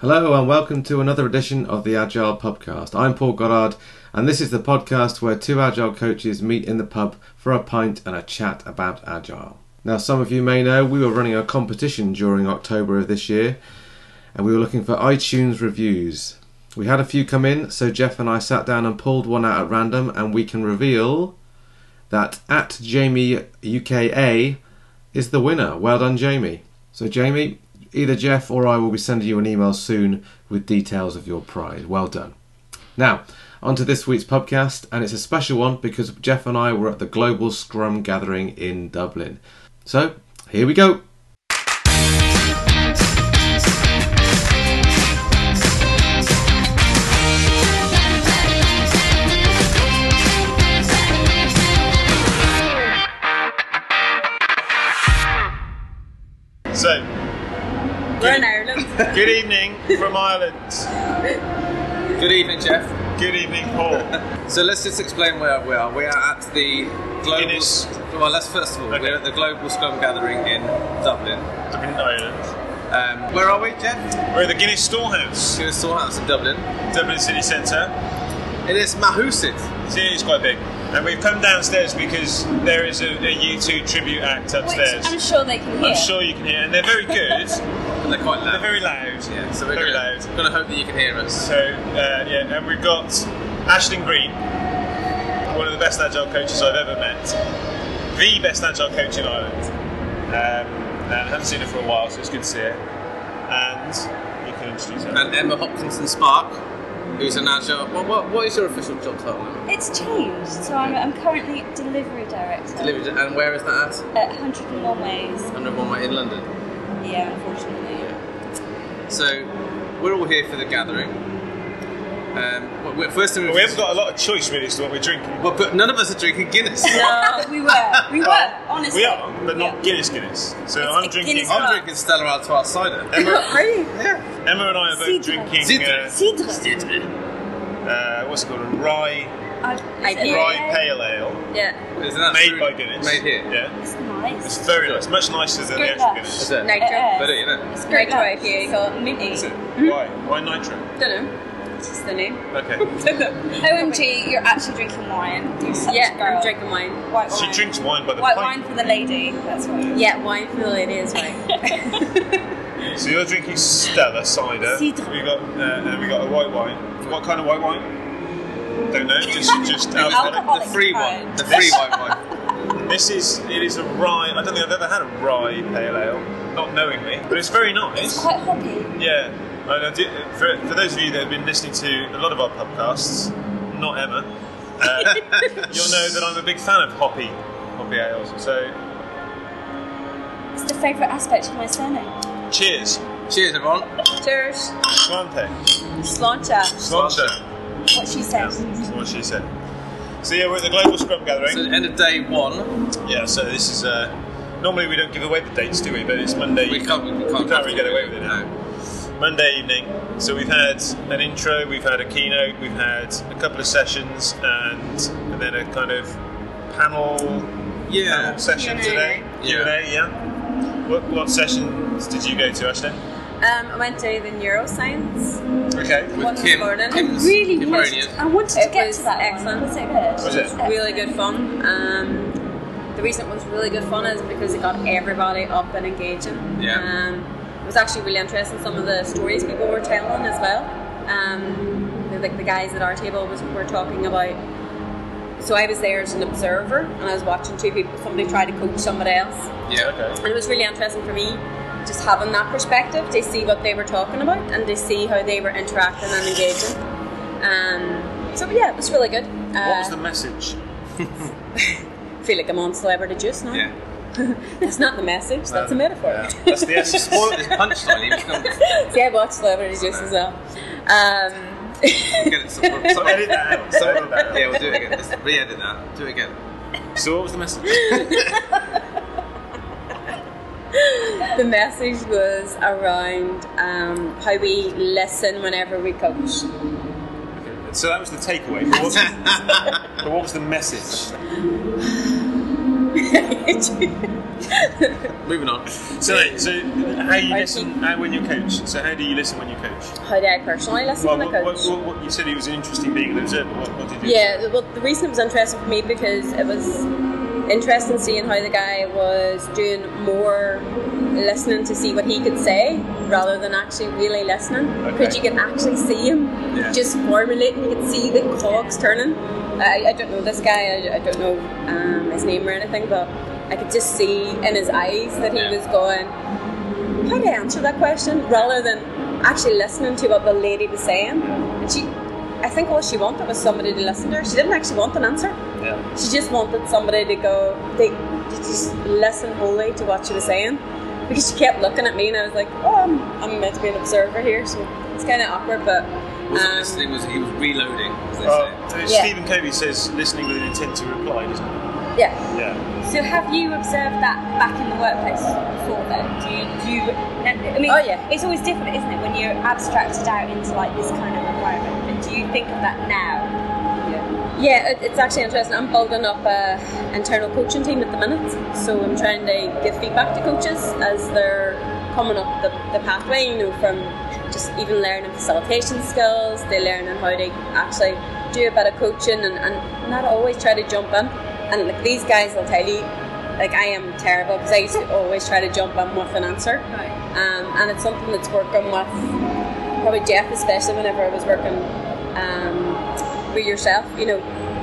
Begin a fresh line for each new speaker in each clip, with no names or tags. Hello and welcome to another edition of the Agile Pubcast. I'm Paul Goddard, and this is the podcast where two agile coaches meet in the pub for a pint and a chat about agile. Now, some of you may know we were running a competition during October of this year, and we were looking for iTunes reviews. We had a few come in, so Jeff and I sat down and pulled one out at random, and we can reveal that at Jamie UKA is the winner. Well done, Jamie. So, Jamie, either Jeff or I will be sending you an email soon with details of your prize. Well done. Now, on to this week's podcast, and it's a special one because Jeff and I were at the Global Scrum Gathering in Dublin. So, here we go.
So,
We're in Ireland.
good evening from Ireland.
Good evening, Jeff.
Good evening, Paul.
So let's just explain where we are. We are at the global.
Guinness.
Well, let's first of all,
Okay.
we're at the global Scrum Gathering in Dublin.
Dublin, Ireland.
Um, where are we, Jeff?
We're at the Guinness Storehouse,
We're in Storehouse in Dublin.
Dublin city centre.
It is Mahusid.
See, it's quite big. And we've come downstairs because there is a, a U2 tribute act
Which
upstairs.
I'm sure they can hear.
I'm sure you can hear, and they're very good.
And they're quite
they're
loud.
very loud.
yeah, so we're
very
gonna,
loud.
gonna hope that you can hear us.
So, uh, yeah, and we've got Ashton Green, one of the best agile coaches I've ever met, the best agile coach in Ireland. Um, and I haven't seen her for a while, so it's good to see her. And you can introduce her.
And Emma Hopkinson Spark, who's an agile. Well, what, what is your official job title? now?
It's changed, so I'm, I'm currently delivery director
Delivered, and where is that at?
at 101 Ways.
Under one way in London.
Yeah, unfortunately.
So we're all here for the gathering. Um, well, we're- first thing
Well, we haven't got a lot of choice really as to what we're drinking.
Well, but none of us are drinking Guinness.
No, we were. We were, honestly.
Oh. We are, but
Yeah.
not Guinness Guinness. So
It's
I'm
a
drinking.
Guinness
I'm
Vodka.
drinking Stella Artois cider.
Really?
Yeah.
Emma and I are both
Cidre.
drinking.
Cidre.
Uh,
Cidre.
uh, what's it called? A rye,
I, is it
Yeah.
rye
okay?
pale ale
Yeah.
Isn't that
made
true?
by Guinness.
Made here.
Yeah,
It's
it's
nice.
very nice. Much nicer than the
Great
actual
laugh.
Guinness.
Is it?
It is.
But it, you know.
It's
great
great
to
IPA.
IPA, you
got minty.
Hmm?
Why? Why nitro?
Don't know. It's just the name.
Okay.
OMG, you're actually drinking wine. You're such
yeah,
a girl.
I'm drinking wine.
white wine.
she drinks wine by the
white wine
pint.
for the lady. That's what. it is.
Yeah, wine for the lady is right.
So you're drinking Stella cider. We
Cidre.
got uh, and we got a white wine. What kind of white wine? Don't know. Just just alcoholic.
Alcoholic
The free
kind.
one. The free white wine.
This is it is a rye. I don't think I've ever had a rye pale ale, not knowingly, but it's very nice.
It's quite hoppy.
Yeah, and I did, for, for those of you that have been listening to a lot of our podcasts, not Emma, uh, you'll know that I'm a big fan of hoppy, hoppy ales. So,
It's the favourite aspect of my surname.
cheers,
Cheers, everyone.
Cheers.
Svante,
Slancha.
Svante.
What she said.
That's what she said. So yeah, we're at the Global Scrum Gathering.
So end of day one,
yeah, so this is uh, normally we don't give away the dates, do we? But it's Monday.
we can't, we can't,
We can't really get away with it now.
No.
Monday evening. So we've had an intro, we've had a keynote, we've had a couple of sessions, and, and then a kind of panel
Yeah.
session
Q&A,
today.
right?
Q and A, yeah. What, what sessions did you go to, Ashton?
Um, I went to the neuroscience.
Okay.
One
With
this
Kim.
morning.
Kim's
I really
Kim
wanted.
Ronian.
I wanted to
It
get
was
to that
excellent.
One. Was it good?
Was it?
Really good fun. Um, the reason it was really good fun is because it got everybody up and engaging.
Yeah.
Um, it was actually really interesting. Some of the stories people were telling as well. Um, the- like the guys at our table was were talking about so I was there as an observer and I was watching two people somebody try to coach somebody else.
Yeah.
Okay.
And it was really interesting for me just having that perspective to see what they were talking about and to see how they were interacting and engaging. Um, so yeah, it was really good. Uh,
What was the message?
feel like I'm on celebrity juice now.
Yeah.
That's not the message, that's a metaphor.
Um, That's the essence.
Spoil this punchline. You just don't
See, I watch celebrity juice as well. Um,
get it. So, so,
Edit that out.
so-
Edit that out.
yeah, we'll do it again. Let's re-edit that. Do it again.
So what was the message?
the message was around um, how we listen whenever we coach.
So that was the takeaway. But what, but what was the message?
I
Moving on.
So, like, so how you
I
listen
think-
how, when you coach? So how do you listen when you coach?
How do I personally listen
Well,
to
what,
my
what,
coach?
what, what, you said he was an interesting being an observer. What, what did you?
Yeah, well, the reason it was interesting for me because it was interesting seeing how the guy was doing more listening to see what he could say rather than actually really listening because
Okay.
you could actually see him
Yeah.
just formulating you could see the cogs turning I, I don't know this guy I, I don't know um, his name or anything but I could just see in his eyes that he
Yeah.
was going how do I answer that question rather than actually listening to what the lady was saying. And she, I think all she wanted was somebody to listen to her. She didn't actually want an answer.
Yeah.
She just wanted somebody to go, they to just listen wholly to what she was saying. Because she kept looking at me and I was like, oh, I'm, I'm meant to be an observer here. So it's kind of awkward, but.
Wasn't
um,
listening, was he was reloading, as they
Uh,
say.
Yeah.
Stephen Covey says listening with an intent to reply, doesn't it?
Yeah.
Yeah.
So have you observed that back in the workplace before then? Do you, do you I mean,
Oh, yeah.
it's always different, isn't it, when you're abstracted out into like this kind of environment. But do you think of that now?
Yeah, it, it's actually interesting. I'm building up a internal coaching team at the minute, so I'm trying to give feedback to coaches as they're coming up the, the pathway. You know, from just even learning facilitation skills, they learning how to actually do a bit of coaching and, and not always try to jump in. And like these guys will tell you, like I am terrible because I used to always try to jump in with an answer
Right.
um, and it's something that's working with probably Jeff, especially whenever I was working um, with yourself. You know,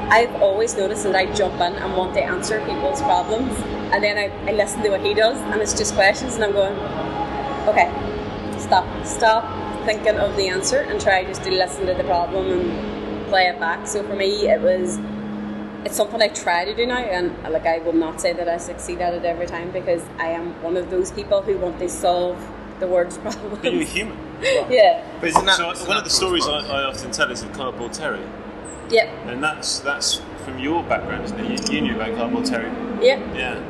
I've always noticed that I jump in and want to answer people's problems, and then I, I listen to what he does, and it's just questions, and I'm going, okay, stop, stop thinking of the answer, and try just to listen to the problem and play it back. So for me, it was it's something I try to do now, and like I will not say that I succeed at it every time because I am one of those people who want to solve the world's
But you're
problems.
human.
yeah,
But
It's a nat-
so
it's a
one of the
natural
stories I,
response.
I often tell is the cardboard terrier,
yeah,
and that's that's from your background, isn't it? You, you knew about cardboard terrier.
yeah.
Yeah.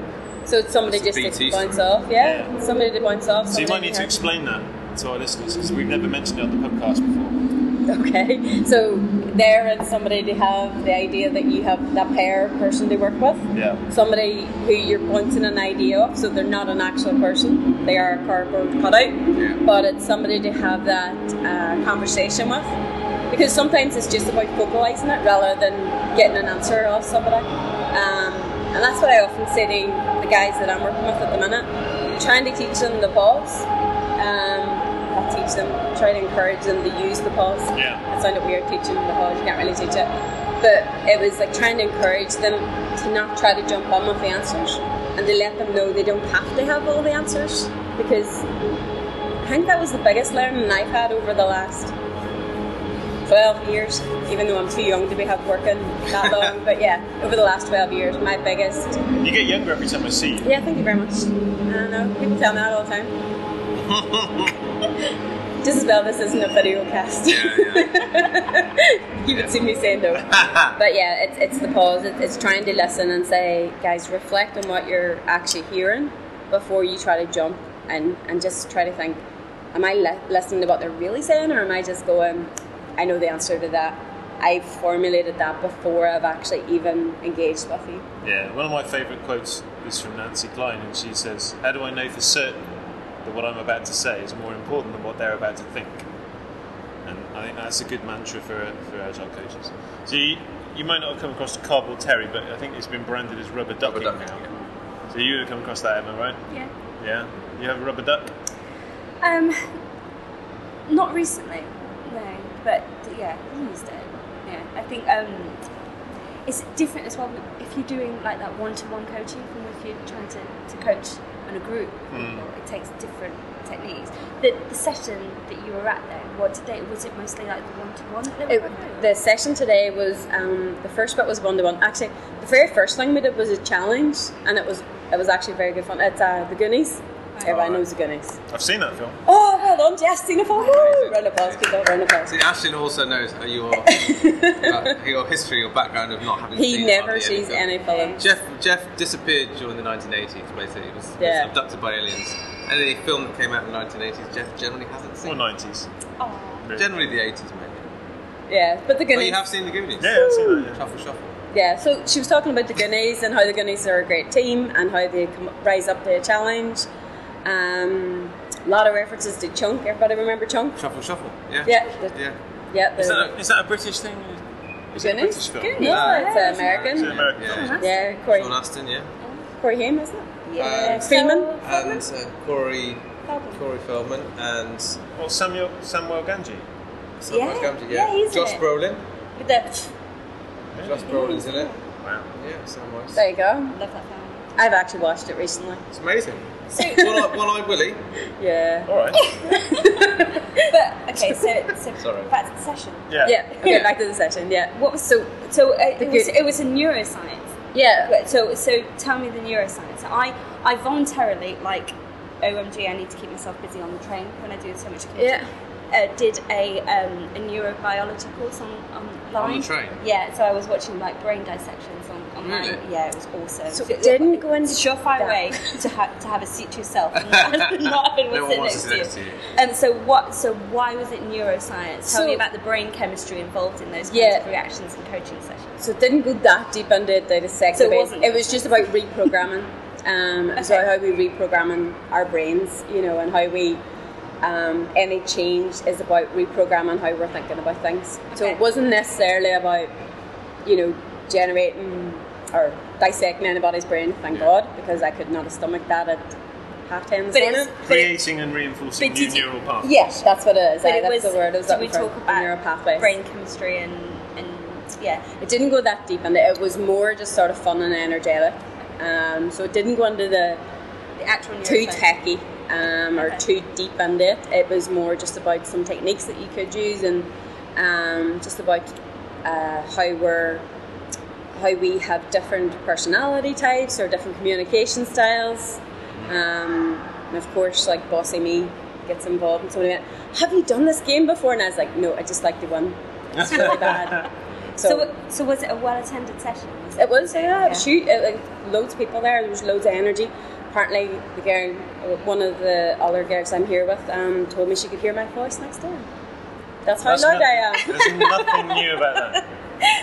So it's somebody
That's
just
the BT
to bounce
story.
off. Yeah,
Yeah.
somebody to bounce off.
So you might
somebody
need to explain that to our listeners because we've never mentioned it on the podcast before.
Okay, so there and somebody to have the idea that you have that pair person to work with.
Yeah.
Somebody who you're pointing an idea off, so they're not an actual person. They are a cardboard cutout.
Yeah.
but it's somebody to have that uh, conversation with because sometimes it's just about vocalizing it rather than getting an answer off somebody um, and that's what i often say to the guys that i'm working with at the minute trying to teach them the pause um, not teach them try to encourage them to use the pause
Yeah.
it sounded weird teaching them the pause you can't really teach it but it was like trying to encourage them to not try to jump on with the answers and to let them know they don't have to have all the answers because I think that was the biggest learning I've had over the last 12 years, even though I'm too young to be have working that long. but yeah, over the last 12 years, my biggest.
You get younger every time I see you.
Yeah, thank you very much. I don't know, people tell me that all the time. Just as well, this isn't a video cast.
Yeah,
you would see me saying no. but yeah, it's, it's the pause, it's, it's trying to listen and say, guys, reflect on what you're actually hearing before you try to jump and, and just try to think, am I li- listening to what they're really saying or am I just going, I know the answer to that. I've formulated that before I've actually even engaged with you.
Yeah, one of my favourite quotes is from Nancy Klein, and she says, How do I know for certain that what I'm about to say is more important than what they're about to think? And I think that's a good mantra for, for agile coaches. So you, you might not have come across cardboard terry, but I think it's been branded as rubber ducking
Rubber ducking,
now. So you have come across that, Emma, right?
Yeah.
Yeah. You have a rubber duck?
Um, not recently, no. But yeah, I used it. Yeah, I think um, it's different as well if you're doing like that one-to-one coaching from if you're trying to, to coach on a group.
Hmm.
It takes different techniques. The, the session that you were at though, what did they? Was it mostly like the one-to-one? That they
It,
were doing?
the session today was um, the first bit was one to one. Actually, the very first thing we did was a challenge, and it was it was actually very good fun. It's uh, the Goonies. Everyone knows the Goonies.
I've seen that film.
Oh, well done, Jess, Tina for woo! Round of applause, people, round of applause.
See, Ashlyn also knows how your about uh, your history, your background of not having
He
seen
never
hardly
sees
film.
any films.
Jeff Jeff disappeared during the 1980s. Basically, he was, was
Yeah.
abducted by aliens. And any film that came out in the 1980s, Jeff generally hasn't
Or
seen.
90s.
oh,
really.
Generally, the 80s maybe.
Yeah, but the
But
Goonies.
you have seen the Goonies.
Yeah, I've seen that.
Shuffle, shuffle.
Yeah, so she was talking about the Guineas and how the Guineas are a great team and how they come, rise up to a challenge. Um, a lot of references to Chunk. Everybody remember Chunk?
Shuffle, shuffle. Yeah.
Yeah. the-
Yeah.
Yeah.
Is that,
the
a, is that a British thing? Is it a British
Guineas?
film?
Guineas?
Yeah.
No, it's
It's
Yeah.
uh,
an
American.
American
Yeah.
film.
Yeah, Corey,
Sean Astin, yeah.
Corey Haim, isn't it?
Uh-huh. Yeah.
Um,
Freeman?
And uh, Corey, Corey Feldman and
Or Samuel Samuel Ganji.
Samuel
Yeah.
Gamgee,
Yeah, he's in
Josh
it.
Brolin.
With the,
Josh Brolin's in it.
Wow.
Yeah, Samwise.
There you go.
love that family.
I've actually watched it recently.
It's amazing.
So,
One-eyed, one-eyed Willie.
Yeah.
All right.
but okay, so, so
Sorry.
back to the session.
Yeah.
Yeah. Okay, back to the session. Yeah.
What was so so? Uh,
The
it was
good-
it was a neuroscience.
Yeah.
But so so tell me the neuroscience. So I I voluntarily like OMG I need to keep myself busy on the train when I do so much commuting.
Yeah.
Uh, did a um, a neurobiology course on online.
On the train?
Yeah, so I was watching like brain dissections on online.
Really?
Yeah, it was awesome.
So it didn't go into
It's a surefire
that.
way to ha- to have a seat to yourself and not, not have anyone
No
sit
one wants to sit
next
next to you.
And so what? So why was it neuroscience? Tell
So-
me about the brain chemistry involved in those kinds
Yeah.
of reactions and coaching sessions.
So it didn't go that deep into the dissect
So it
of it.
wasn't-
was just about reprogramming. Um, So
Okay.
how we reprogramming our brains, you know, and how we um, any change is about reprogramming how we're thinking about things. So
Okay.
it wasn't necessarily about you know generating or dissecting anybody's brain. Thank
Yeah.
God, because I could not have stomached that at half ten this
But
morning.
it's- but it-
Creating and reinforcing
But
new
did you-
neural pathways.
Yes, that's what it is.
But
aye,
it
that's
was,
the word. I was
did
looking
we
for,
talk about
neuropathways.
brain chemistry and and yeah
It didn't go that deep in it. It was more just sort of fun and energetic. Um, so it didn't go into the
the actual
too
neuroscience.
techy um, or
Okay.
too deep into it. It was more just about some techniques that you could use and um, just about uh, how we're how we have different personality types or different communication styles. Um, and of course, like bossy me gets involved and somebody went, "Have you done this game before?" And I was like, "No, I just like the one. It's really bad."
So, so was it a well attended session? Was
It was, yeah. It was
Yeah.
huge. It, like, loads of people there. There was loads of energy. Apparently, the girl, one of the other girls I'm here with, um, told me she could hear my voice next door. That's how
That's
loud
nothing-
I am.
There's nothing new about that.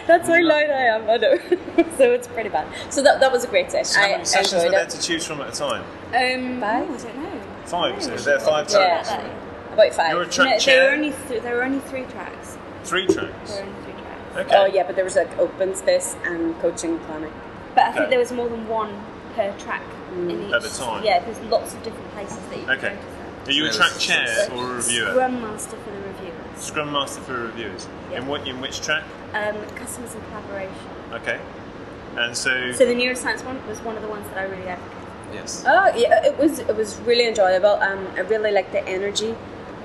That's how loud I am. I know. so it's pretty bad. So that, that was a great session.
How
I
many sessions were
enjoyed
there
it.
to choose from at a time?
Um,
Five?
oh, I don't know.
Five. So
No,
was there five
we should
Yeah.
tracks?
talk about that.
About
You were a
five.
track
No, there were
chair.
only th- there were only three tracks.
Three
There
tracks.
were only three tracks.
Okay.
Oh yeah, but there was like open space and coaching planning.
But I
Okay. Mm.
think there was more than one per track in each.
At a time.
Yeah, there's lots of different places that you.
Okay. Are you a
So
track
it's-
chair
it's-
or a
Can.
reviewer?
Scrum master for the reviewers.
Scrum master for reviewers. In what? In which track?
Um, customers and collaboration.
Okay. And so,
So the neuroscience one was one of the ones that I really advocated.
Yes.
Oh yeah, it was it was really enjoyable. Um, I really liked the energy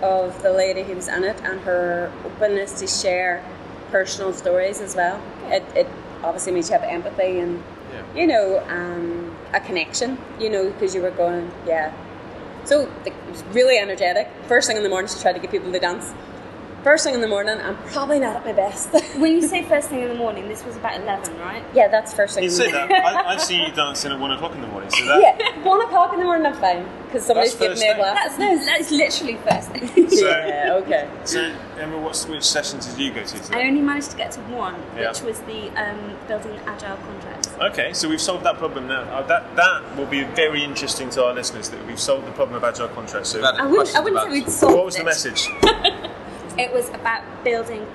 of the lady who was in it and her openness to share personal stories as well. It, it obviously made you have empathy and
Yeah.
you know um, a connection. You know because you were going yeah. So the, it was really energetic. First thing in the morning, she tried to get people to dance. First thing in the morning, I'm probably not at my best.
When you say first thing in the morning, this was about eleven, right?
yeah, that's first thing.
you
in the
say
morning.
that I, I've seen you dancing at one o'clock in the morning. So that.
Yeah, one o'clock in the morning, I'm fine because somebody's
That's first
giving me a
thing.
That's
glass.
no, that's literally first thing.
So-
yeah, okay.
So, Emma, what's, which sessions did you go to
I
today?
only managed to get to one,
Yeah.
which was the um, building agile contracts.
Okay, so we've solved that problem now. Uh, that that will be very interesting to our listeners that we've solved the problem of agile contracts. So,
About
I
it.
wouldn't, I
Questions
wouldn't
about-
say we'd solved
what was
it.
the message?
It was about building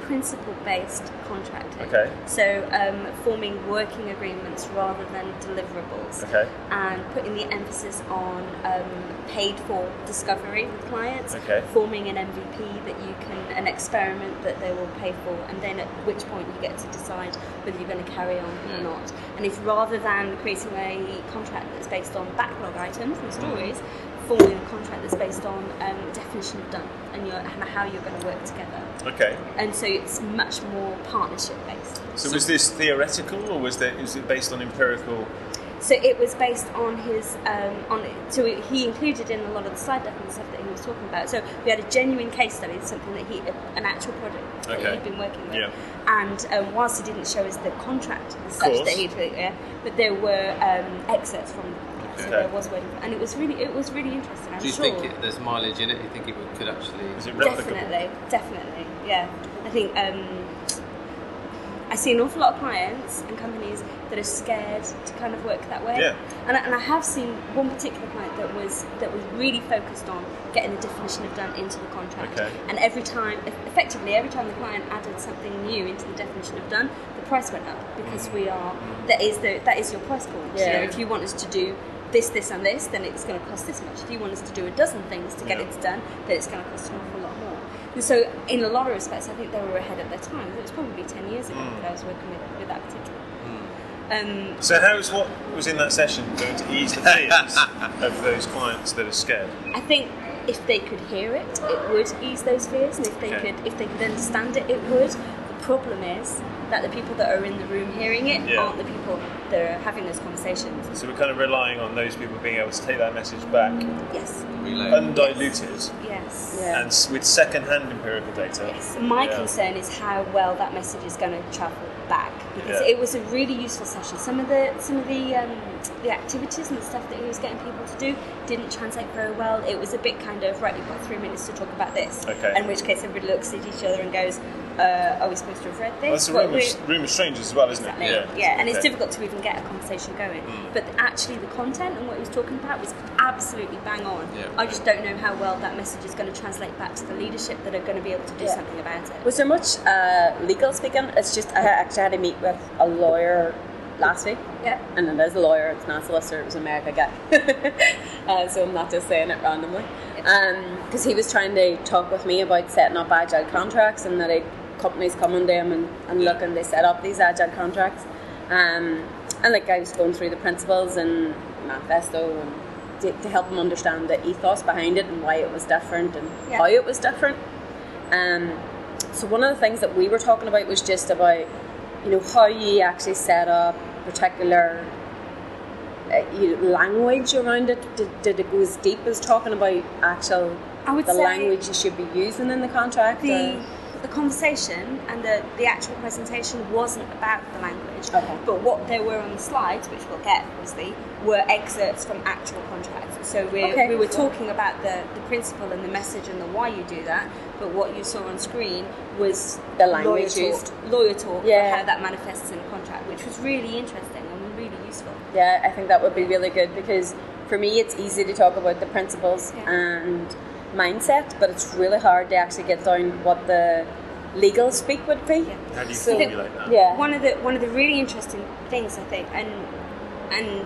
principle-based contracting.
Okay.
So um, forming working agreements rather than deliverables.
Okay.
And putting the emphasis on um, paid-for discovery with clients.
Okay.
Forming an MVP that you can, an experiment that they will pay for, and then at which point you get to decide whether you're going to carry on or not. And if rather than creating a contract that's based on backlog items and stories, forming a contract that's based on um, definition of done and, your, and how you're going to work together.
Okay.
And so it's much more partnership based.
So was this theoretical or was there is it based on empirical?
So it was based on his um, on so he included in a lot of the slide deck and the stuff that he was talking about. So we had a genuine case study, something that he an actual project that
Okay.
he'd been working with.
Yeah.
And um, whilst he didn't show us the contract as such
Course.
that he'd yeah, but there were um, excerpts from the contract, so
Okay.
there was wording, and it was really it was really interesting. I'm
Do you
sure.
think it, there's mileage in it? Do you think it would, could actually?
Is it replicable?
Definitely, definitely, yeah. I think um, I see an awful lot of clients and companies that are scared to kind of work that way.
Yeah.
And, I, and I have seen one particular client that was that was really focused on getting the definition of done into the contract.
Okay.
And every time, eff- effectively, every time the client added something new into the definition of done, the price went up because
Mm.
we are that is the that is your price point. You
Yeah.
know, if you want us to do this, this, and this, then it's going to cost this much. If you want us to do a dozen things to get
Yeah.
it done, then it's going to cost an awful lot more. And so, in a lot of respects, I think they were ahead at their time. It was probably 10 years ago
Mm.
that I was working with, with that particular. Um,
So how is what was in that session going to ease the fears of those clients that are scared?
I think if they could hear it, it would ease those fears, and if they
Okay.
could if they could understand it, it would. The problem is that the people that are in the room hearing it
Yeah.
aren't the people that are having those conversations.
So we're kind of relying on those people being able to take that message back
Yes,
Relay.
undiluted
yes.
Yeah.
and s- with second-hand empirical data.
Yes. My
Yeah.
concern is how well that message is going to travel back because
Yeah.
it was a really useful session. Some of the some of the um, the activities and the stuff that he was getting people to do didn't translate very well. It was a bit kind of right. You've got three minutes to talk about this.
Okay.
In which case, everybody looks at each other and goes, uh, "Are we supposed to have read
Well, it's
this?"
a
What
room of,
we-
s- room of strangers as well, isn't
Exactly.
it?
Yeah. and it's
Okay. Hmm.
difficult to even get a conversation going. But actually, the content and what he was talking about was absolutely bang on.
Yeah.
I just don't know how well that message is going to translate back to the leadership that are going to be able to do
Yeah.
something about it.
Was there much uh, legal speaking? It's just I actually had to meet with a lawyer last week,
Yeah.
and it is a lawyer. It's not a solicitor. It was an American guy, uh, so I'm not just saying it randomly. Because he was trying to talk with me about setting up agile contracts and that a companies coming to him and, and looking they set up these agile contracts. Um, and like I was going through the principles and manifesto and to, to help him understand the ethos behind it and why it was different and
Yeah.
how it was different. Um, so one of the things that we were talking about was just about, you know, how you actually set up particular uh, you know, language around it. Did, did it go as deep as talking about actual
I would
the
say-
language you should be using in the contract?
the
or-
the conversation and the, the actual presentation wasn't about the language.
Okay.
But what there were on the slides, which we'll get obviously, were excerpts from actual contracts. So we,
Okay.
we were talking about the, the principle and the message and the why you do that, but what you saw on screen was
The language
lawyer
used.
talk, lawyer talk
Yeah.
for how that manifests in a contract, which was really interesting and really useful.
Yeah, I think that would be really good because for me it's easy to talk about the principles
Yeah.
and mindset, but it's really hard to actually get down what the legal speak would be.
Yeah.
How do you
So-
formulate that?
Yeah.
one of the one of the really interesting things I think, and and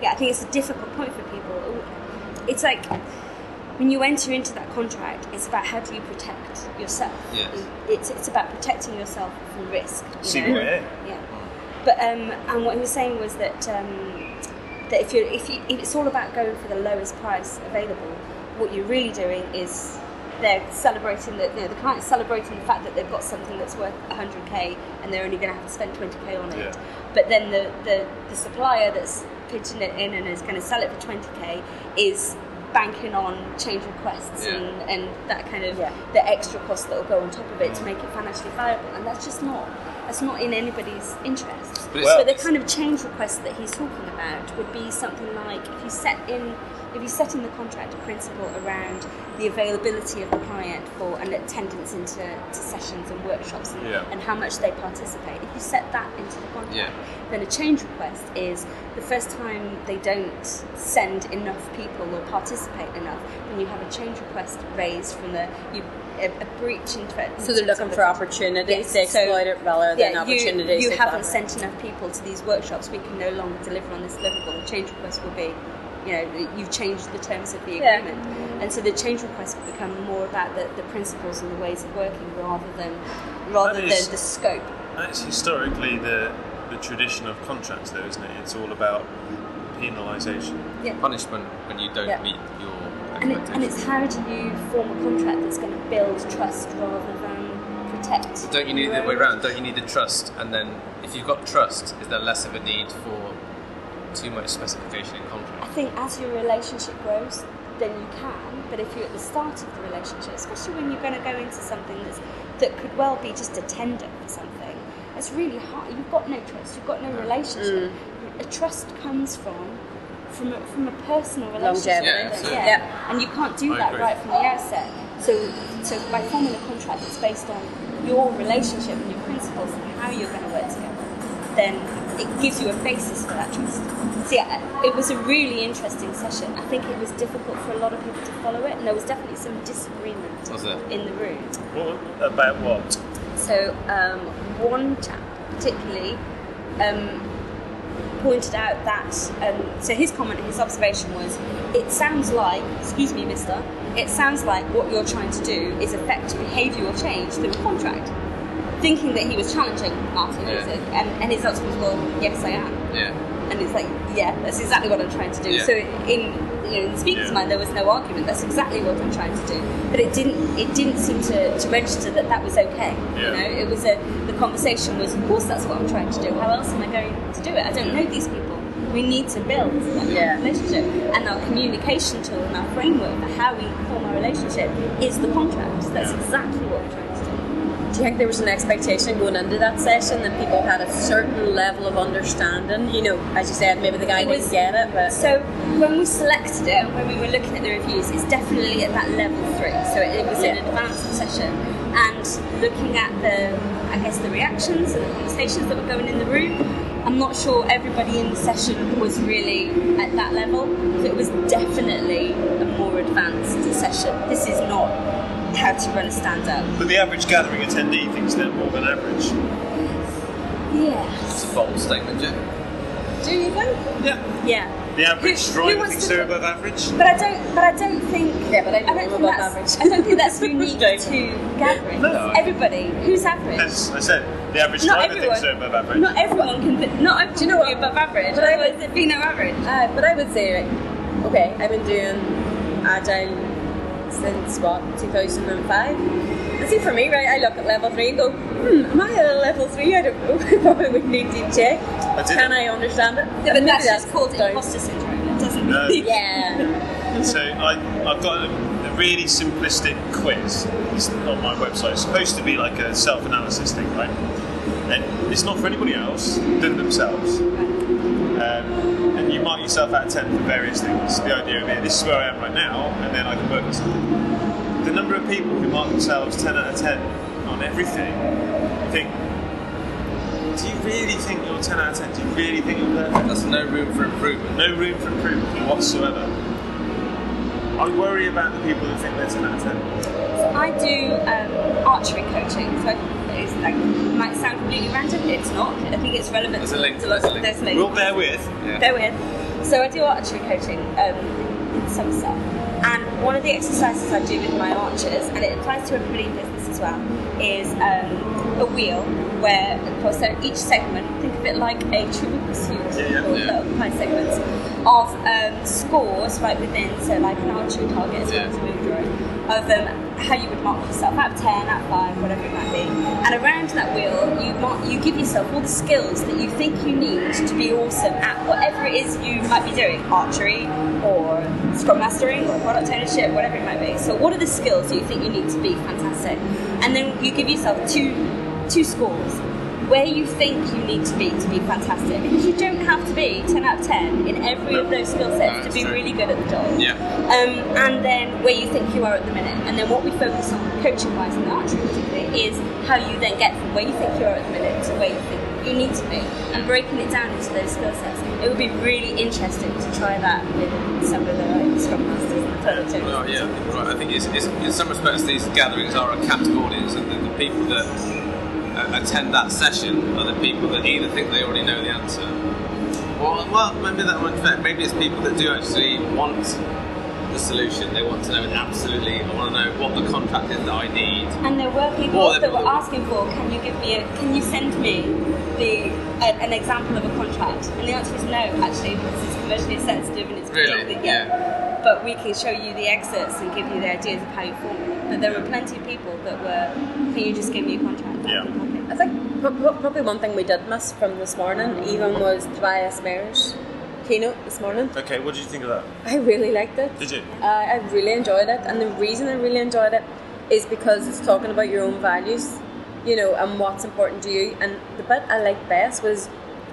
yeah, I think it's a difficult point for people. It's like when you enter into that contract, it's about how do you protect yourself.
Yes.
It's it's about protecting yourself from risk. You know?
CYA.
Yeah. But um, and what he was saying was that um, that if you if you if it's all about going for the lowest price available, what you're really doing is they're celebrating that you know, the client's celebrating the fact that they've got something that's worth 100k and they're only going to have to spend 20k on it.
Yeah.
But then the, the the supplier that's pitching it in and is going to sell it for 20k is banking on change requests
Yeah.
and, and that kind of
Yeah.
the extra cost that will go on top of it to make it financially viable and that's just not that's not in anybody's interest
But
but,
it's-
the kind of change request that he's talking about would be something like if you set in if you set in the contract a principle around the availability of the client for and attendance into to sessions and workshops and,
Yeah.
and how much they participate if you set that into the contract
Yeah.
then a change request is the first time they don't send enough people or participate enough then you have a change request raised from the you a, a breach in threat
So they're looking for opportunities to
Yes, so-
exploit it rather than
yeah,
opportunities.
You,
to
you haven't
collaborate.
sent enough people to these workshops. We can no longer deliver on this deliverable. The change request will be, you know, you've changed the terms of the
Yeah.
agreement, and so the change requests become more about the, the principles and the ways of working rather than rather
That is-
than the scope.
That's historically the the tradition of contracts, though, isn't it? It's all about penalisation.
punishment when you don't
Yeah.
meet your
And, it, and it's
expectations.
how do you form a contract that's going to build trust rather than protect?
Don't you need the way round? Don't you need the trust? And then, if you've got trust, is there less of a need for too much specification in
I
contract?
think as your relationship grows, then you can. But if you're at the start of the relationship, especially when you're going to go into something that's, that could well be just a tender for something, it's really hard. You've got no trust. You've got
Mm.
no relationship. A trust comes from from a, from a personal relationship.
Longevity.
Yeah, absolutely.
Yeah.
And you can't do
I
that
agree.
right from the outset. So, so by forming a contract that's based on your relationship and your principles and how you're going to work together, then it gives you a basis for that trust. So yeah, it was a really interesting session. I think it was difficult for a lot of people to follow it, and there was definitely some disagreement
Was there?
in the room.
What, about what?
So um, one chap particularly um, pointed out that um, so his comment, his observation was, it sounds like, excuse me, Mister, it sounds like what you're trying to do is affect behavioural change through a contract. Thinking that he was challenging Martin,
Yeah.
is it? and, and his answer was, well, yes, I am.
Yeah.
And it's like, yeah, that's exactly what I'm trying to do.
Yeah.
So in you know, in the speaker's
Yeah.
mind, there was no argument. That's exactly what I'm trying to do. But it didn't it didn't seem to, to register that that was okay.
Yeah.
You know, it was a the conversation was, of course, that's what I'm trying to do. How else am I going to do it? I don't know these people. We need to build that
Yeah.
relationship, and our communication tool and our framework for how we form our relationship is the contract. That's
Yeah.
exactly what we're trying to do.
Do you think there was an expectation going into that session that people had a certain level of understanding? You know, as you said, maybe the guy
It was-
didn't get it, but
So when we selected it, when we were looking at the reviews, it's definitely at that level three. So it, it was an
Yeah.
advanced session, and looking at the, I guess, the reactions and the conversations that were going in the room, I'm not sure everybody in the session was really at that level. So it was definitely a more advanced session. This is not how to run a stand up.
But the average gathering attendee thinks they're more than average.
Yeah.
It's a bold statement, Joe.
Do you think?
Yeah.
Yeah.
The average
Who- who
driver
wants
thinks
to-
they're above average.
But I don't. But I don't think.
Yeah, but I don't
think
know about
that's.
average.
I don't think that's unique to gatherings.
No.
Everybody who's average.
As I said, the average
Not
driver thinks
everyone.
they're above average.
Not everyone can. Be, not everyone
you know
can be
what?
above average.
But I
otherwise
would-
it'd be no average.
Uh, but I would say, like, okay, I've been doing agile since what 2005. And see, for me, right, I look at level three and go, hmm, am I at a level three? I don't know. Probably would need to check.
That's it.
Can I understand it?
Yeah, but
Maybe
that's, just called
down-
imposter syndrome. It doesn't.
No.
mean-
Yeah.
So I, I've got a, a really simplistic quiz It's on my website. It's supposed to be like a self-analysis thing, right? And it's not for anybody else than themselves. Um, and you mark yourself out of ten for various things. The idea of it, this is where I am right now, and then I can work on something. The number of people who mark themselves ten out of ten on everything think. Do you really think you're ten out of ten? Do you really think you're perfect?
That's no room for improvement.
No room for improvement whatsoever. I worry about the people that think they're 10 out of 10.
So I do um, archery coaching. So it's like might sound completely random, but it's not. I think it's relevant.
There's a
to
link,
To lots
there's a link.
There's me.
We'll bear with.
Yeah.
There we are. So I do archery coaching, um, some stuff. And one of the exercises I do with my archers, and it applies to everybody in business as well, is um, a wheel where, of course, so each segment, think of it like a trivial pursuit
Yeah, yeah,
or
yeah.
little pie segments, of um, scores right within, so like an archery target as well
Yeah.
as a moon drawing, of um, how you would mark yourself out of 10, out of 5, whatever it might be. And around that wheel, you mark, you give yourself all the skills that you think you need to be awesome at whatever it is you might be doing archery or scrum mastering or product ownership, whatever it might be. So, what are the skills that you think you need to be fantastic? And then you give yourself two, two scores where you think you need to be to be fantastic because you don't have to be 10 out of 10 in every of those skill sets to
That's
be
true.
really good at the job
Yeah.
um, and then where you think you are at the minute and then what we focus on coaching wise and archery particularly is how you then get from where you think you are at the minute to where you think you need to be and breaking it down into those skill sets it would be really interesting to try that with some of the like, scrum masters and product owners
Well, yeah, I think, right. I think it's, it's, in some respects these gatherings are a captive audience, and the, the people that uh, attend that session are the people that either think they already know the answer, or well, maybe that won't fit. Maybe it's people that do actually want the solution. They want to know it absolutely. I want to know what the contract is that I need.
And there were people
Well,
that were
everyone-
asking for, can you give me a, can you send me the a, an example of a contract? And the answer is no, actually, because it's commercially sensitive and it's
Really?
public,
Yeah.
But we can show you the excerpts and give you the ideas of how you form it. But there were plenty of people that were, can you just give me a contract? I
Yeah.
can help it."
I think pro- pro- probably one thing we did miss from this morning even was Tobias Mayer's keynote this morning.
Okay, what did you think of that?
I really liked it.
Did you?
Uh, I really enjoyed it, and the reason I really enjoyed it is because it's talking about your own values, you know, and what's important to you. And the bit I liked best was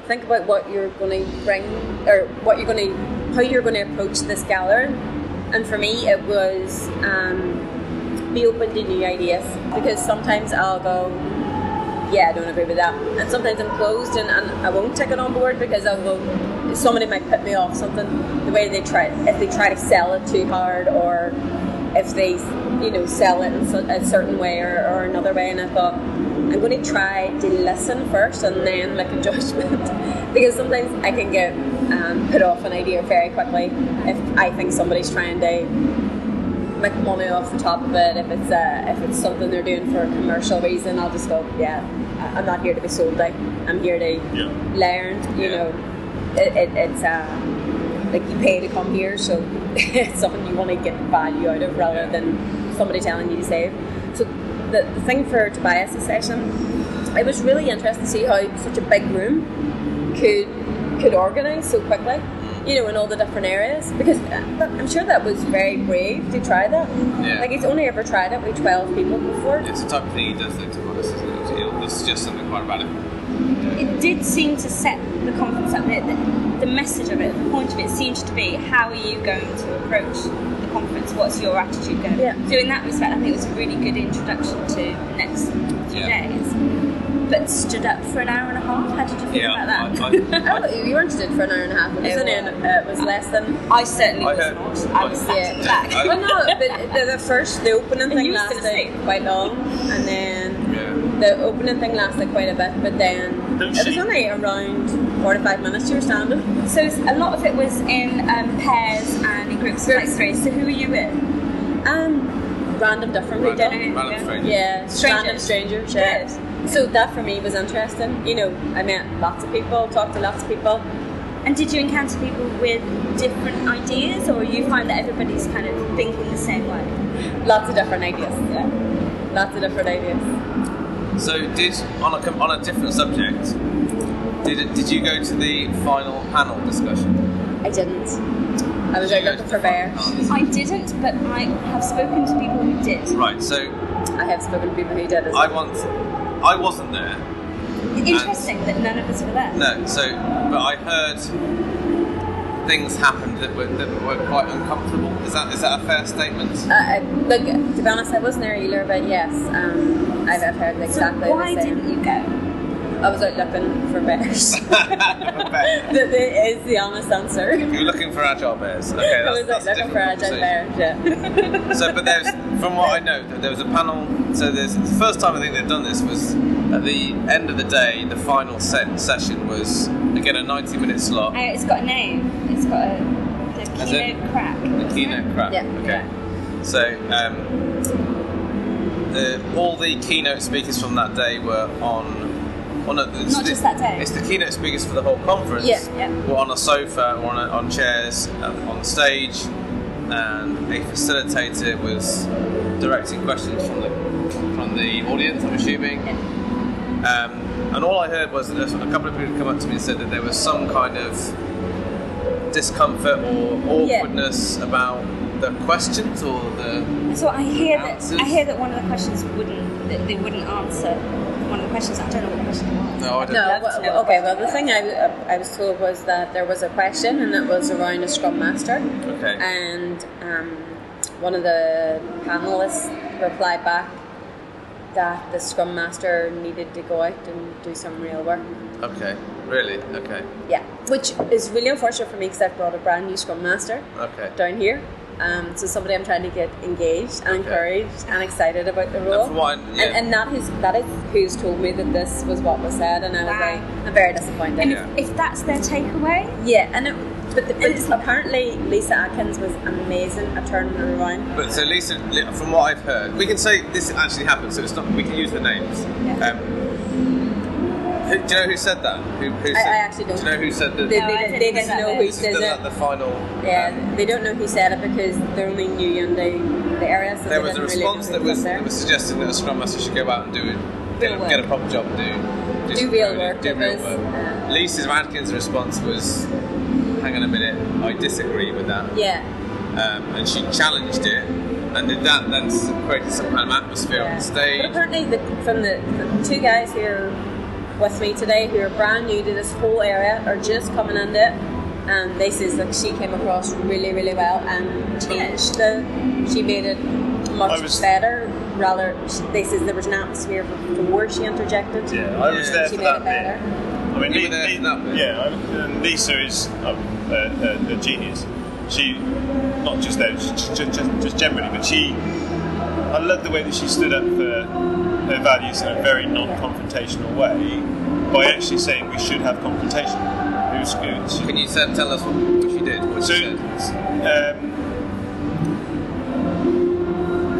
think about what you're going to bring, or what you're going to, how you're going to approach this gathering. And for me, it was um, be open to new ideas because sometimes I'll go, yeah, I don't agree with that, and sometimes I'm closed and, and I won't take it on board because I'll go, somebody might put me off something the way they try if they try to sell it too hard or if they you know sell it in so- a certain way or, or another way, and I thought. I'm going to try to listen first and then make a judgment because sometimes I can get um, put off an idea very quickly if I think somebody's trying to make money off the top of it. If it's uh, if it's something they're doing for a commercial reason, I'll just go, yeah, I- I'm not here to be sold. Like I'm here to
Yeah.
learn. You
Yeah.
know, it, it, it's uh, like you pay to come here, so it's something you want to get value out of rather than somebody telling you to save. So the, the thing for Tobias' session, it was really interesting to see how such a big room could could organize so quickly you know in all the different areas because uh, that- i'm sure that was very brave to try that
Yeah.
like he's only ever tried it with 12 people before
It's the type of thing he does, though, to be honest, isn't it? He'll- There's just something quite about him.
It did seem to set the conference up. The, the, the message of it, the point of it, seemed to be how are you going to approach the conference? What's your attitude going?
Yeah.
So in that respect, I think it was a really good introduction to the next few
Yeah.
days. But stood up for an hour and a half. How did you feel
Yeah,
about
I-
that?
I-
Oh, you weren't stood for an hour and a half,
It
wasn't it?
was.
Uh, it was less than.
I, certainly
I
was
heard-
not. I was sat at the
Yeah.
back.
I-
Well, no, but the, the first, the opening
you
thing
were still
lasted
asleep.
quite long, and then
Yeah.
the opening thing lasted quite a bit, but then
Don't
it was
she-
only around four to five minutes you were standing.
So it's- a lot of it was in um, pairs and in groups of like three. So who were you with?
Um, random different people.
Random, random
Yeah.
strangers.
Yeah,
Strangers.
random strangers. Yeah. So that for me was interesting. You know, I met lots of people, talked to lots of people.
And did you encounter people with different ideas, or you find that everybody's kind of thinking the same way?
Lots of different ideas. Yeah. Lots of different ideas.
So did on a com- on a different subject. Did it, did you go to the final panel discussion?
I didn't. I was out
Did you go
looking
to
for
the
bear.
final panel?
I didn't, but I have spoken to people who did.
Right. So
I have spoken to people who did as
I
well.
want. I wasn't there.
Interesting that none of us were there.
No. So but I heard things happened that were that were quite uncomfortable. Is that is that a fair statement?
Uh, I, look, to be honest, I wasn't there either, but yes, um, I've, I've heard
So
exactly
why
the same.
didn't you go?
I was out looking for bears.
Bear.
that that is the honest answer.
You were looking for agile bears. Okay.
I
That's,
was out
that's a
looking
different
for agile
conversation.
bears, yeah.
So, but there's, from what I know, that there was a panel. So, there's the first time I think they've done this was at the end of the day. The final set session was again a 90-minute slot.
Oh, it's got a name. It's got a the
Is
keynote
it?
crack.
The keynote crap.
Yeah.
Okay. So, um, the, all the keynote speakers from that day were on. Well, no, it's
Not
the-
just that day.
It's the keynote speakers for the whole conference.
Yeah,
yeah.
Were on a sofa or on, a, on chairs uh, on the stage, and a facilitator was directing questions from the from the audience. I'm assuming.
Yeah.
Um, and all I heard was that a couple of people come up to me and said that there was some kind of discomfort or
Yeah.
awkwardness about the questions or the
So I hear that
Answers.
I hear that one of the questions wouldn't that they wouldn't answer one of the questions. I don't know what the question was.
no I don't
No,
love
well,
to know.
okay. Well, the thing I, I was told was that there was a question, and it was around a scrum master,
okay
and um, one of the panelists replied back that the scrum master needed to go out and do some real work.
okay really okay
Yeah, which is really unfortunate for me because I've brought a brand new scrum master
okay
down here. Um, so somebody I'm trying to get engaged and encouraged and excited about the role.
and for what I- yeah.
and, and that is that is who's told me that this was what was said, and I was
Wow.
like, I'm very disappointed.
And
Yeah.
if, if that's their takeaway,
Yeah, and it, but, the, but apparently Lisa Atkins was amazing at turning it around.
But so Lisa, li- from what I've heard, we can say this actually happened, so it's not. We can use the names.
Yeah.
Um, who, do you know who said that? Who, who
I
said,
actually don't.
Do you know who said that?
They,
No, I didn't
they, they
know
didn't
that
know
bit.
who
this is
said
the,
it.
the final. um,
Yeah, they don't know who said it because they're only new in the, the area. So
there
they
was a
didn't really
response
know
that
who
was,
there.
that was suggesting that a scrum master should go out and do it, get,
Real
a,
work.
get a proper job, and do
Do real
coding,
work,
Do
it
real
was,
work.
uh,
Lisa Radkin's response was, "Hang on a minute, I disagree with that,"
yeah,
um, and she challenged it, and did that then s- created some kind of atmosphere on
yeah.
the stage.
But apparently, the, from the, the two guys who are with me today, who are brand new to this whole area, are just coming into it. Um, And this is like she came across really, really well, and she, the, she made it much
I was-
better. Rather, they says there was an atmosphere before she interjected.
Yeah, I was
Yeah.
there
She
for
made
that
it better.
bit. I mean,
You
Li-
were there
Li-
for that bit.
yeah, I, and Lisa is um, a, a, a genius. She, not just there, just, just, just generally, but she, I love the way that she stood up for her values in a very non-confrontational way by actually saying we should have confrontation. It was good. She-
Can you said, tell us what, what she did? What
so,
she said?
um,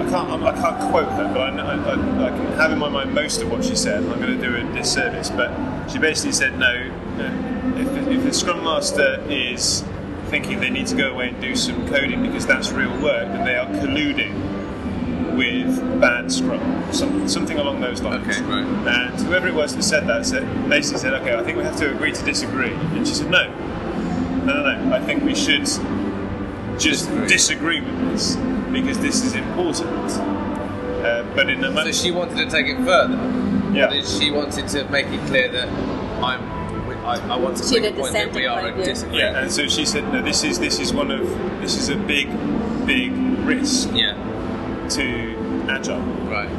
I can't, I can't quote her, but I, kn- I, I, I can have in my mind most of what she said. and I'm going to do a disservice, but she basically said, no, no, if, if the Scrum Master is thinking they need to go away and do some coding because that's real work, then they are colluding with bad Scrum, some, something along those lines.
Okay, right.
And whoever it was that said that said, basically said, okay, I think we have to agree to disagree. And she said, no, no, no, no. I think we should just
Disagree.
disagree with this because this is important. Uh, but in a
So
much
she wanted to take it further.
Yeah.
Or did she wanted to make it clear that I'm. I, I want to
She
make
did
a point that we
dissenting
are
point of view.
disagreeing.
yeah, and so she said, no, this is this is one of this is a big, big risk
Yeah.
to agile,
Right.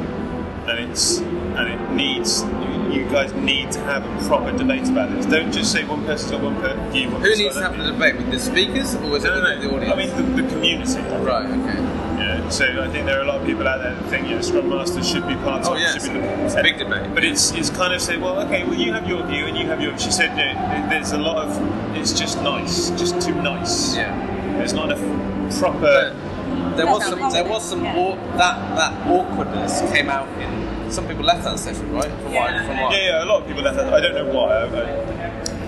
and it's and it needs you, you guys need to have a proper debate about this. Don't just say one person's got one per view. One
Who
person's
needs to
got
have
that
the
view.
debate with the speakers or was it
No, no,
with the
no.
audience?
I mean the, the community. I think.
right. Okay.
Yeah, so I think there are a lot of people out there that think yeah, Scrum Master should be part
Oh,
of
yeah,
should
it's-
be the-
it's a big debate.
But it's it's kind of say, well, okay, well you have your view and you have your. She said no, there's a lot of it's just nice, just too nice.
Yeah.
There's not enough
But
proper.
there
That
was
sounds
some. There was some.
confident,
Aw- that that awkwardness came out in. Some people left that session, right? From what I- from what I-
yeah, yeah, a lot of people left that. I don't know why. I,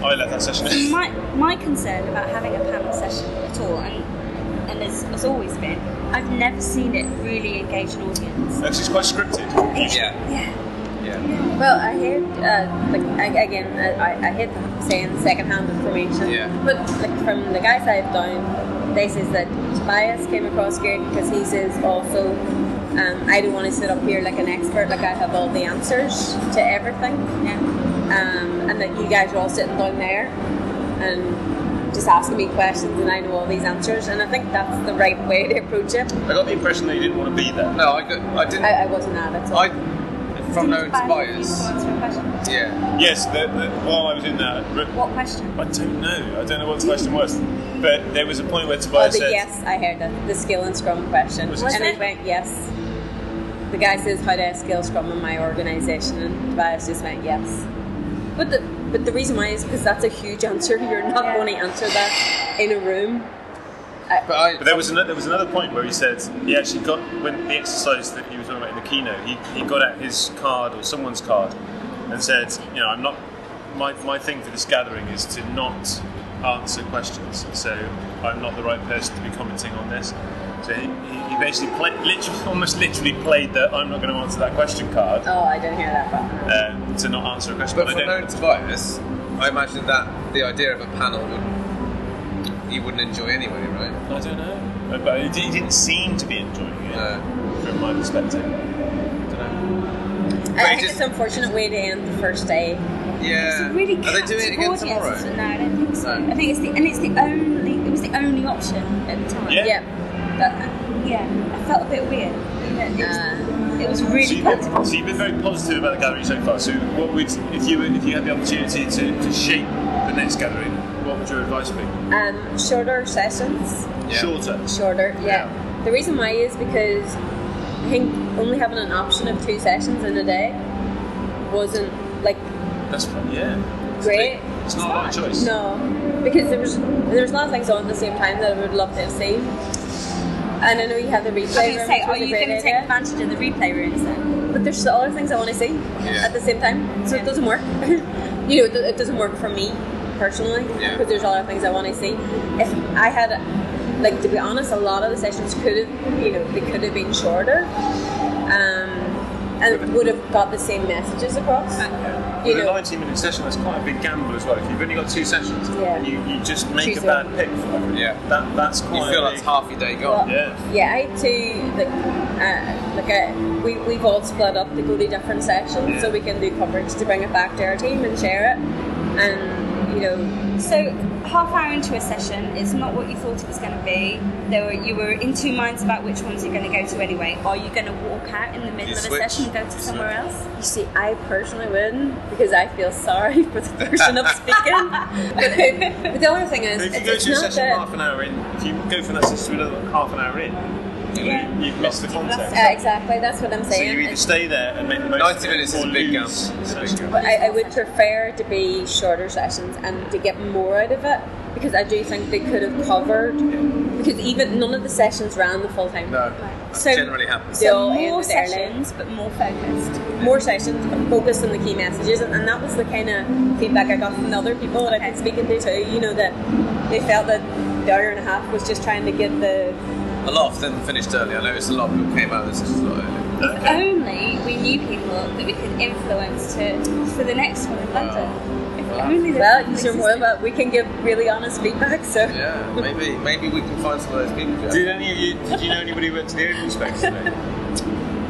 I, I left that session.
my, my concern about having a panel session at all, and, and as, as always been, I've never seen it really engage an audience.
Actually, it's quite scripted.
Yeah.
Yeah.
Yeah.
Well, I hate uh, like I, again. I, I- I hate saying second-hand information.
Yeah.
But like from the guy's side down, they says that Tobias came across good because he says also, um, I don't want to sit up here like an expert. Like I have all the answers to everything. Yeah. Um, and that you guys are all sitting down there and just asking me questions, and I know all these answers. And I think that's the right way to approach it.
I got the impression that you didn't want to be there.
No, I, got, I didn't.
I, I wasn't at it.
I from known to
Tobias, you
buyers.
need to answer a question.
Yeah.
Yes, the, the, while I was in that, I
What question?
don't know. I don't know what the question was, but there was a point where
Oh,
Tobias
the
said,
yes, I heard that. The skill and scrum question.
Was it
and
scrum?
I went, yes. The guy says, how do I skill scrum in my organisation? And Tobias just went, yes. But the, but the reason why is because that's a huge answer. You're not
Yeah.
going to answer that in a room.
But I.
But there was another, there was another point where he said he actually got when the exercise that he was talking about in the keynote, he, he got out his card or someone's card and said, you know, I'm not my, my thing for this gathering is to not answer questions, so I'm not the right person to be commenting on this. So he, he- he basically play, literally, almost literally played the I'm not going to answer that question card
Oh, I didn't hear that one.
um, to not answer a question.
But
I
from
don't-
known to bias, I imagine that the idea of a panel would you wouldn't enjoy anyway, right?
I don't know. But- But he di- he didn't seem to be enjoying it
No.
from my perspective. dunno.
I
Right,
think
just-
it's an unfortunate way to end the first day.
Yeah.
It's a really
Are they doing it
captive
again
audience.
tomorrow?
isn't it? No, I don't think so.
No.
I think it's the and it's the only it was the only option at the time. uh,
Yeah.
That,
Yeah, I felt a bit weird. It was,
Uh,
it was really
So you've,
good.
been, so you've been very positive about the gathering so far. So what would if you were- if you had the opportunity to, to shape the next gathering, what would your advice be?
um, shorter sessions.
Yeah.
Shorter.
shorter. Yeah.
Yeah.
The reason why is because I think only having an option of two sessions in a day wasn't like
That's yeah. It's
Great.
the- It's not a lot of choice.
no, because there was there was a lot of things on at the same time that I would love to have seen. And I know you have the replay.
I was
room,
gonna say,
which
are
was a
you
great
going to take
idea,
advantage of the replay rooms then?
But there's the other things I want to see
Yeah.
at the same time, so it doesn't work. you know, it do- it doesn't work for me personally
Yeah.
because there's other things I want to see. If I had, like, to be honest, a lot of the sessions could have, you know, they could have been shorter, um, and would have got the same messages across.
With
You
a
know-
19 minute session, that's quite a big gamble as well. If you've only got two sessions
Yeah.
and you, you just make
Choose
a bad
one.
pick, for it,
Yeah.
that that's
You
quite.
feel
a
that's
big-
half your day gone.
Yeah.
Yeah, I too. Like, uh, like uh, we we've all split up to go to different sections so we can do coverage to bring it back to our team and share it, and you know
So half hour into a session, it's not what you thought it was going to be. There were, you were in two minds about which ones you're going to go to anyway. Are you going to walk out in the middle of a
switch.
session and go to
You
somewhere
switch.
else?
You see, I personally wouldn't because I feel sorry for the person I'm speaking. but, the other thing is,
If you
it's,
go
it's
to a
not
session
that.
half an hour in, if you go from that session to another half an hour in,
Yeah.
you've missed the concept.
Uh, exactly, that's what I'm
So
saying.
you either
It's-
stay there and make the most
90
of it,
minutes is
or
a big gap.
lose
It's a
the
big
session.
But I, I would prefer to be shorter sessions and to get more out of it because I do think they could have covered because even none of the sessions ran the full time.
No,
Right.
that
So-
generally happens.
Yeah.
So
all
more
ended early.
sessions, but more focused.
More sessions focused on the key messages, and, and that was the kind of feedback I got from the other people that I've been speaking to too. You know that they felt that the hour and a half was just trying to get the
A lot of them finished early. I noticed a lot of people came out of the sessions a lot early.
If only we knew people that we could influence to for the next one in London. If only the
well.
people
You
existed.
more about we can give really honest feedback. So
Yeah, maybe maybe we can find some of those people. Jack.
Did any of you? Did you know anybody who went to the open space today?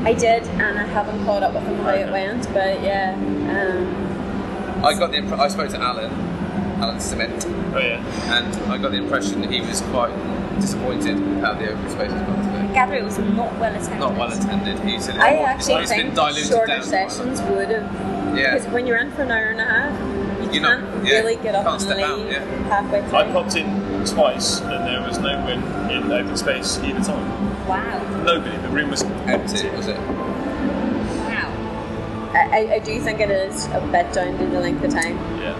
I did, and I haven't caught up with them how it went, but yeah. Um,
I got the imp- I spoke to Alan, Alan Cement,
Oh yeah.
and I got the impression that he was quite disappointed how the open space has gone today.
The gathering was not well attended.
Not well attended. He said it
I
more-
actually
it's been
think
diluted
shorter
down.
sessions would have.
Yeah.
Because when you're in for an hour and a half,
You're
you
not-
can't
yeah,
really get up
can't
and
step
leave
out, yeah.
halfway through.
I popped in twice and there was no one in open space either time.
Wow.
Nobody. The room was
Empty, was it?
Wow.
I, I- I do think it is a bit down to the length of time.
Yeah.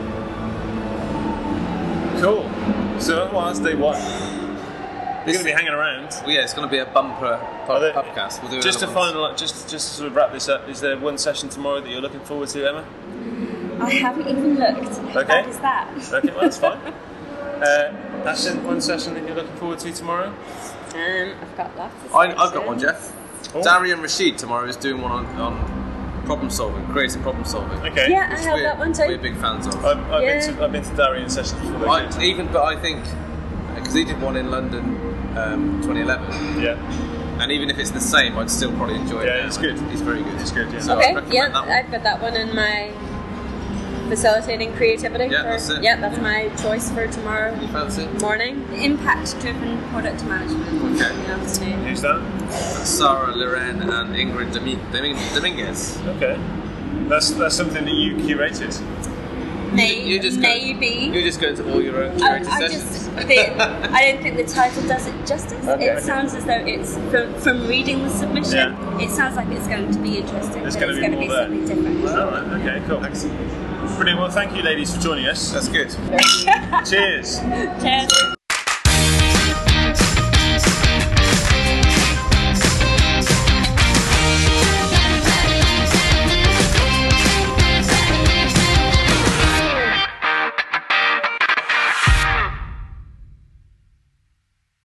Cool. So that was day one. We're going to be hanging around.
Well, yeah, it's going to be a bumper
Are
pod-
there-
podcast. We'll do
just to
another one.
final, just just to sort of wrap this up. Is there one session tomorrow that you're looking forward to, Emma?
I haven't even looked. How
Okay.
bad is that?
Okay, well that's fine. Uh, that's it, one session that you're looking forward to tomorrow.
Um, I've got lots of
I, I've got
sessions.
one, Jeff.
Oh.
Darian Rashid tomorrow is doing one on, on problem solving, creative problem solving.
Okay.
Yeah, I
which
have
we're-
that one too.
We're big fans of.
I've, I've,
Yeah.
been to, I've been to Darien sessions before. they're
I,
good.
even, but I think because he did one in London, um, 2011,
Yeah.
and even if it's the same, I'd still probably enjoy it.
Yeah,
now.
it's good.
It's very good.
It's good, yeah.
So I'd
Okay,
recommend
yeah,
that one.
I've got that one in my facilitating creativity.
Yeah,
for,
that's it.
Yeah, that's my choice for tomorrow
You fancy? it?
morning.
Impact driven product management.
Okay.
You know, to-
Who's that?
That's Sarah Loren and Ingrid Domi- Domi- Dominguez.
Okay. That's that's something that you curated.
May-
You just go-
maybe.
You're just going to all your own
I,
charity
I
sessions.
just think, I don't think the title does it justice.
Okay.
It sounds as though it's from, from reading the submission.
Yeah.
It sounds like it's going to be interesting.
There's
but
gonna
it's
be
going to
more
be
there.
something different.
All right. Okay. Cool.
Excellent.
Brilliant. Well, thank you, ladies, for joining us.
That's good.
Cheers.
Cheers.